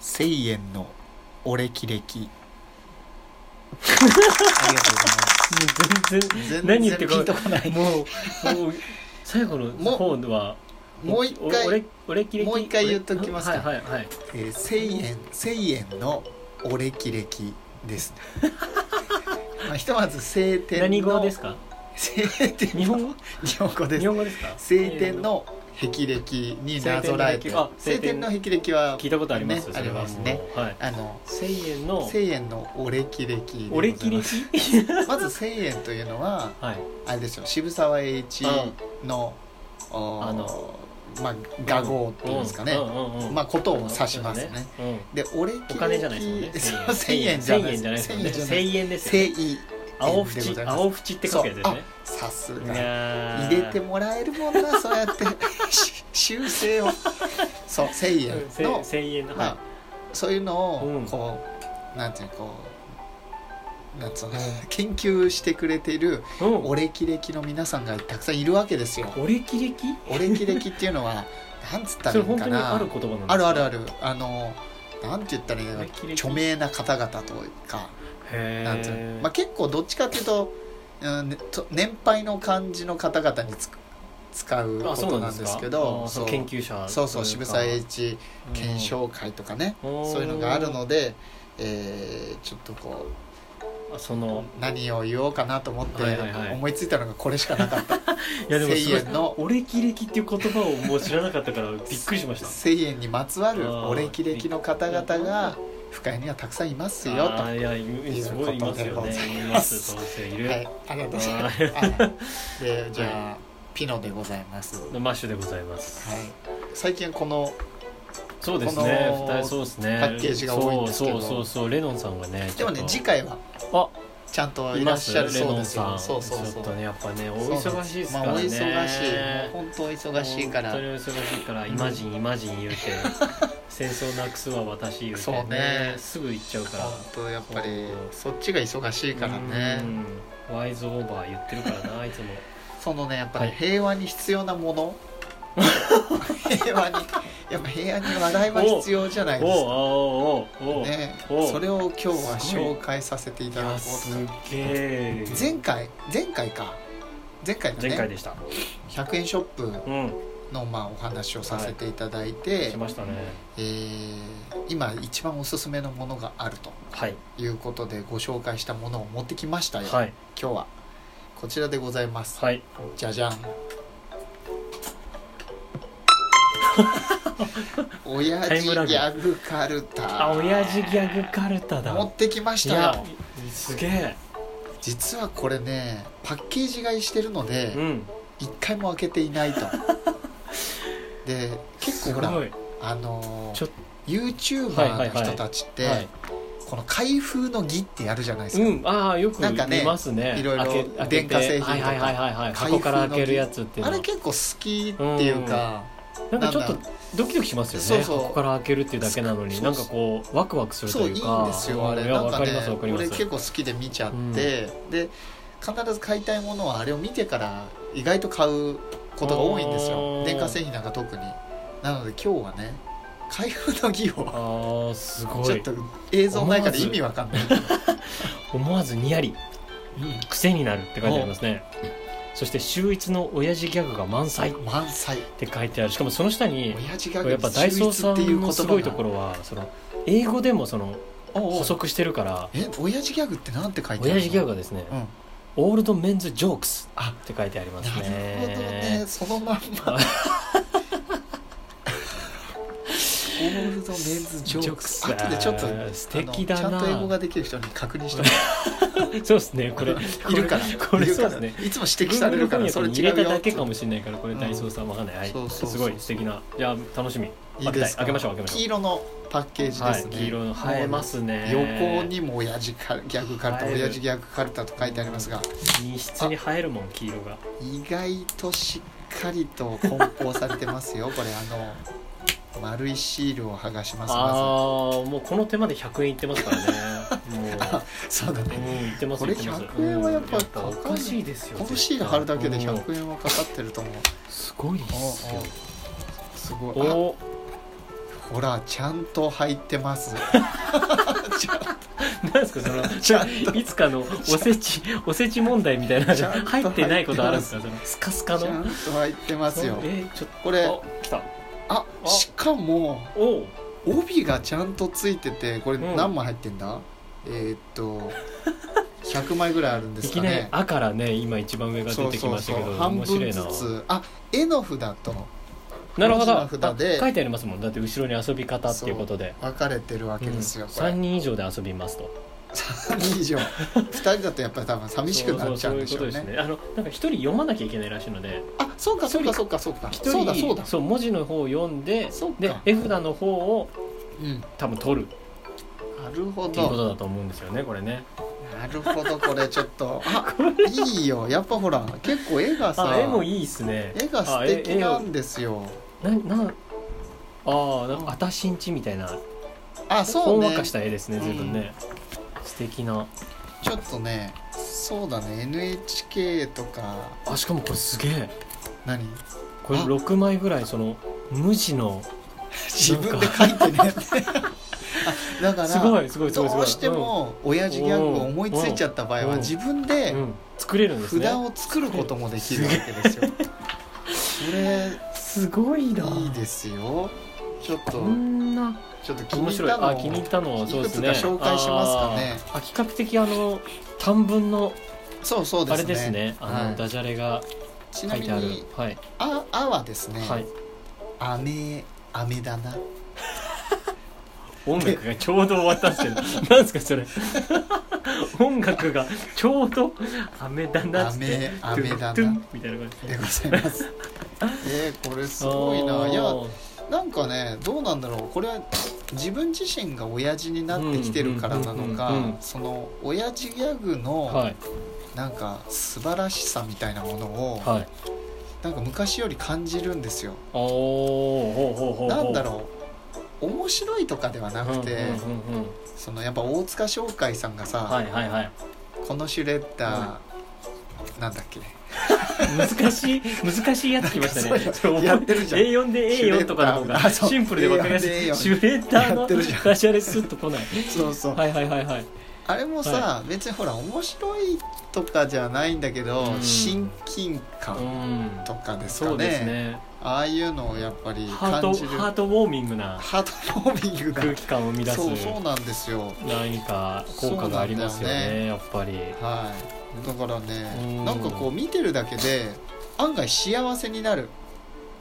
1000円のお歴歴ありがとうございます全然全然何言ってるピンとこないもうもう最後の方のはもう一お回俺俺キレキもう一回言っときますかはいはいはいえー1000円1000円のお歴歴 ですまあひとまず晴天の何語ですか晴天日本語日本語で日す本語ですか晴天の霹靂になぞらえて晴晴天天のの霹靂は聞いたことありまねすよそれはありますねもうはいあの1000円の1000円のお歴歴俺キレまキすまず1000円というのははいあれですよ渋沢栄一のおあのまあ画号っていうんですかね、まあことを指しますね、うんで俺お金じゃないです もんね1000円じゃない1000円じゃないですもんね1000円じゃない1000円ですよ正ね義青でご縁ざいます青縁って書くやつですねさすいがやー入れてもらえるもんなそうやって し修正をそう1000円のせ千円のまあはそういうのうをんこうなんていうのこうなんつうの研究してくれているいうんお歴歴の皆さんがたくさんいるわけですよ俺キレキお歴歴っていうのはなんつったそらいれいの本か当になある言葉なんですかあるあるあるあのなんて言ったらいいのかな歴々著名な方々というかへなんつうのえまあ、結構どっちかっていうと,、うん、ねと年配の感じの方々につ使うこあそうとななんんでですすかけあどーそそのう研究者といかそうそう渋沢栄一検証会とかね、うんそういうのがあるので、えーちょっとこあそのう何を言おうかなと思ってはいはいはい思いついたのがこれしかなかったいやでもすご1000円のい俺キレキっていう言葉をもう知らなかったからびっくりしました1,000円にまつわるあーお歴歴の方々が深いにはたくさんいますよと。あはーいいやいすごいいますよねいいうことでございまますすそうですよいる、ありがとうございますあーはいでじゃあピノでございます。はい。マッシュでございます、最近このそうですねこの二人そうですねパッケージが多いんですけどそうそうそうそうレノンさんがねちでょもっとね次回はあちゃんといいらまっすしゃるレそうノでンすさよ。んそうそうちそょうっと。ねやっぱねおそうなんで忙すしいですかまらね、あ、お忙しい。もう本当お忙しいか本ら当。にお忙しいから「イマジンイマジン」言う て「戦争なくすは私」言うて、そうねすぐ行っちゃうから本当やっぱりそっちが忙しいからね。うんワイズオーバー言ってるからないつもそのねやっぱりはい平和に必要なもの。 平和にやっぱ平和に笑いは必要じゃないですか。おうおうおうおうおうね、おそれを今日はすごい紹介させていいただこやうすとっげえ前回前回か前回の前回ねでした100円ショップうんのまあお話をさせていただいて、しましたねえー今一番おすすめのものがあるとはいいうことでご紹介したものを持ってきましたよ、はい今日はこちらでございます、はいじゃじゃん 親タイ父ギムラグャグカルタあ親父ギャグカルタだ持ってきましいたやよすげえ実はこれねパッケージ買いしてるので、うん一回も開けていないとで結構ほらすごいあのちょーっ、 YouTuber の人たちって、はいこの開封の儀ってやるじゃないですか、うんああよくなんかね見ますねいろいろ開け開けて電化製品とかはいはいはいはいはい開封の箱から開けるやつっていうあのれは結構好きっていうか、なんかちょっなとんドキドキしますよねそうそう箱から開けるっていうだけなのにそうなんかこうワクワクするとそういいいうんかですよあれいやなんわかかねりますわかりま俺す結構好きで見ちゃって、で必ず買いたいものはあれを見てから意外と買うことが多いんですよあー電化製品なんか特になので今日はね開封の儀 をああすごちょっいと映像ないから意味わかんないけど、思わずにやりうん癖になるって書いてありますねそして秀逸の親父ギャグが満載っ満載て書いてあるしかもその下に親父ギャグやっぱダイソーさ秀逸っていうん言の葉すがごいところはその英語でもそのおうおう補足してるからえ親父ギャグってなんて書いてあるの親父ギャグがですねうん「オールドメンズジョークス」あって書いてありますなるねほどねその まんまオールドメンズジョークスジョークス後でちょっとあー素敵だなあのちゃんと英語ができる人に確認してもそうですねこ れらういるからこれいるそかうですらねいつも指摘されるから Google それ違翻訳に入うれよただけかもしれないからこれうんダイソーさんわかんない、はいそうそうそうすごい素敵なじゃあ楽しみいいですか開けたい開けましょう開けましょう黄色のパッケージではすい、ね、黄色の映えますね横にも親父かギャグカルタ映える親父ギャグカルタと書いてありますが密室に映えるもん黄色が意外としっかりと梱包されてますよこれあの丸いシールを剥がしますまああもうこの手間で100円いってますか らねもずうそうだねうんいってますこれいってます100円はやっぱうんおかしいですよこのシール貼るだけでうん100円はかかってると思うすごいですよすごいあおほらちゃんと入ってますなんですかその いつかのおせちおせち問題みたいなちゃんと入ってないことあるんですか入そのスカスカちゃんのと入ってますよそうえーちょっとこれあ来たああしかもおう帯がちゃんとついててこれうん何枚入ってんだ、えーっと100枚ぐらいあるんでいすきかなりね「あ」からね今一番上が出てきましたけど半面白分いなずつあ絵の札となるほど文字の札であ書いてありますもんだって後ろに遊び方っていうことで分かれてるわけですよ、これ3人以上で遊びますと3人以上2人だとやっぱり多分寂しくなっちゃうんでしょうねそうそうそういうことですねあのなんか1人読まなきゃいけないらしいのであそうかそうかそうかそうか一人そうだそうだ、そう文字の方を読んでそうかで絵札の方をうん、多分取るなるほっていうことどだと思うんですよねこれねなるほどこれちょっ とあいいよやっぱほら結構絵がさあ絵もいいっすね絵が素敵なんですよななああなんかあたしんちみたいなあほそうんわねかした絵ですね随分ね、素敵なちょっとねそうだね NHK とかあしかもこれすげえ何これあ6枚ぐらいその無地の自分で書い てねあだからすごいすごいすごいすごいどうしても親父ギャグを思いついちゃった場合うんは自分うでん、作れるんですね札を作ることもできるわけですよ。これすごいないいですよ。ちょっとこんなちょっと気面に入っ白いたのあを気に入ったのはそうですねいくつか紹介しますかねあーあ比較的あの短文のそうそうであすね。れですねあの、はいダジャレがちな書いみてあるにはい、ああはですね。はい雨雨だな。音楽がちょうど終わったんですけど なんですかそれ音楽がちょうど「雨だな」っつって雨雨だなトゥントゥでンみたいな感じございます。 えー、これすごいあな。ーいやなんかねどうなんだろうこれは自分自身が親父になってきてるからなのうんうんうんかうんその親父ギャグはのいなんか素晴らしさみたいなものをはいなんか昔より感じるんですよ。おおほうほうほうほうなんだろう面白いとかではなくて、うんうんうんうんそのやっぱ大塚商会さんがさ、はいはいはいこのシュレッダー、なんだっけ難しい難しいやつき ましたねそれやってるじゃん A4 で A4 とかの方がシュレッダーあそうシンプルで分かりやす A4 でい A4 シュレッダーやのってるじゃんダジャレスッと来ないそうそうはいはいはいはいあれもさ、別にほら面白いとかじゃないんだけど、うん親近う感んとかですかそねうですねああいうのをやっぱりハー感トじるハートウォーミングなハートウォーミングが空気感を生み出すそうそうなんですよ何か効果がありますよそうなんだよねやっぱりはいだからうねんなんかこう見てるだけで案外幸せになる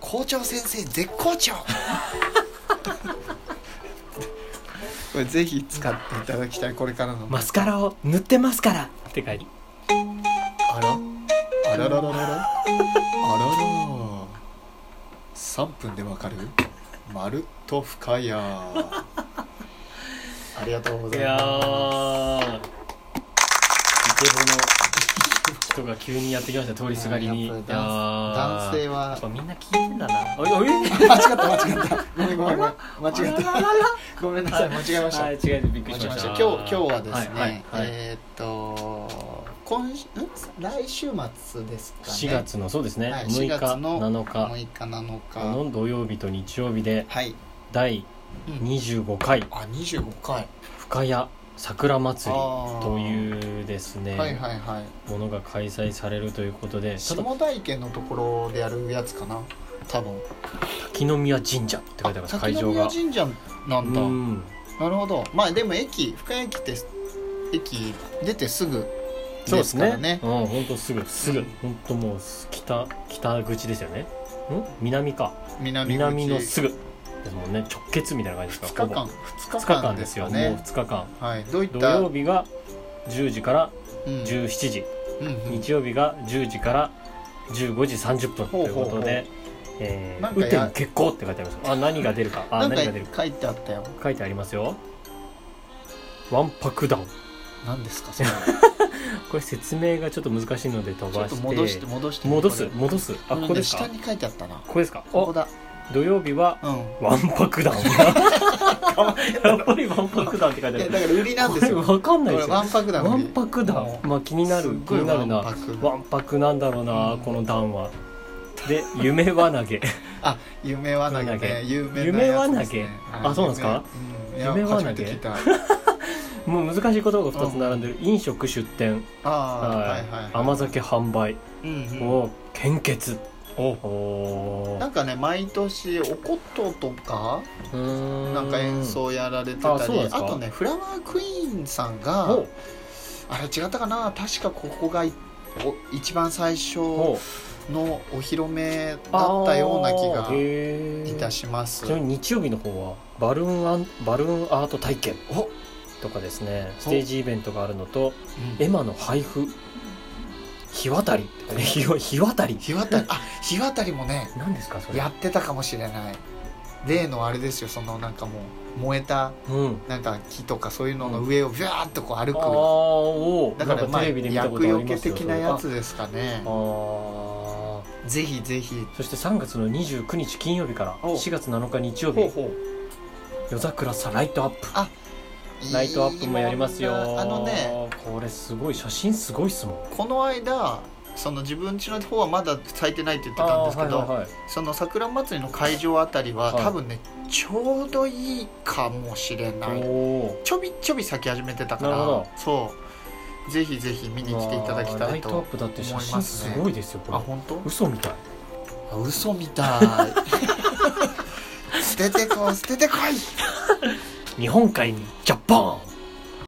校長先生絶好 調これぜひ使っていただきたいこれからのマスカラを塗ってますからって書いてあらあらららららあらら3分でわかるまるっと深 谷ありがとうございいやますーイケボの人が急にやってきました通りすがりにいややっいやー男性やはっぱみんな聞いてんだなおいおい間違った間違ったごめんごめんごめん間違ったあらら ごめんなさい間違えましたはい違えてびっくり待しちままししたた今日今日はですね、はいはいはいえーっと今週ん来週末ですかね4月のそうですね、はい6日4月の7日6日7日の土曜日と日曜日ではい、第うん、 25回あ25回深谷桜祭りあーというですね、はいはいはいものが開催されるということでただ下台家のところでやるやつかな多分滝宮神社って書いてありますあ会滝場宮が神社なんだうんなるほどまあでも駅深谷駅って駅出てすぐそうでですすかねらねうん本当すぐすぐ本当もう北北口ですよねん南か南口南のすぐですもんね直結みたいな感じです2か日間ほぼ2 2日間ですよかねもう2日間はいどういっ土た曜日が10時からうん17時、うんうん日曜日が10時から15時30分ということで「えなんーか雨や天決行」って書いてありますあ何が出るかあなんか何が出るか書いてあったよ書いてありますよわんぱく団何ですかそれこれ説明がちょっと難しいので 飛ちょばっとして戻して戻して戻こすれ戻すあうんここです下かに書いてあったなここですかここおだ土曜日はうんわんぱ く団やっぱりわんぱく団って書いいてあやるだから売りなんです これよわかんこないでれすよわんぱくだわんぱく団まあ気になる気になるなわんぱくわんぱくなんだろうな、うんこの段はで夢輪投げ あ夢輪投げね有名な夢や輪つ投げです、ね、あそうなんですか夢,、うん、い夢や輪投初げめて聞いたあもう難しい言葉が2つ並んでる飲食出店、あははいいはい、はい、甘酒販売、うんうんお献血おおなんかね毎年おこととかななんか演奏やられてあたそうりなんであすかとねフラワークイーンさんがおあれ違ったかな確かここがいお一番最初おのお披露目だったような気がいいたしますちなみに日曜日の方はバルーンアンバルーンアート体験お、うんとかですねステージイベントがあるのと絵え馬の配布日渡りってね 日を日渡り日渡りあ日渡りもね何ですかそれやってたかもしれない例のあれですよそのなんかもう燃えたうんなんか木とかそういうのの上をビュワーッとこう歩あく、ーおーだからなんかまあテレビで見たこと厄あ除りまけすよ的なやつですかねあーぜひぜひそして3月の29日金曜日からお4月7日日曜ほう日ほう夜桜さライトアップいいライトアップもやりますよあのねこれすごい写真すごいっすもんこの間その自分家の方はまだ咲いてないって言ってたんですけど、あーはいはいはいその桜祭りの会場あたりは、はい多分ねちょうどいいかもしれないおーちょびちょび咲き始めてたかなるほらどそうぜひぜひ見に来ていただきうわーたラいイトアッとプだって写真すごいですよこあれ本当嘘みたいあ嘘みた い捨ててこう捨ててこい日本海にジャパン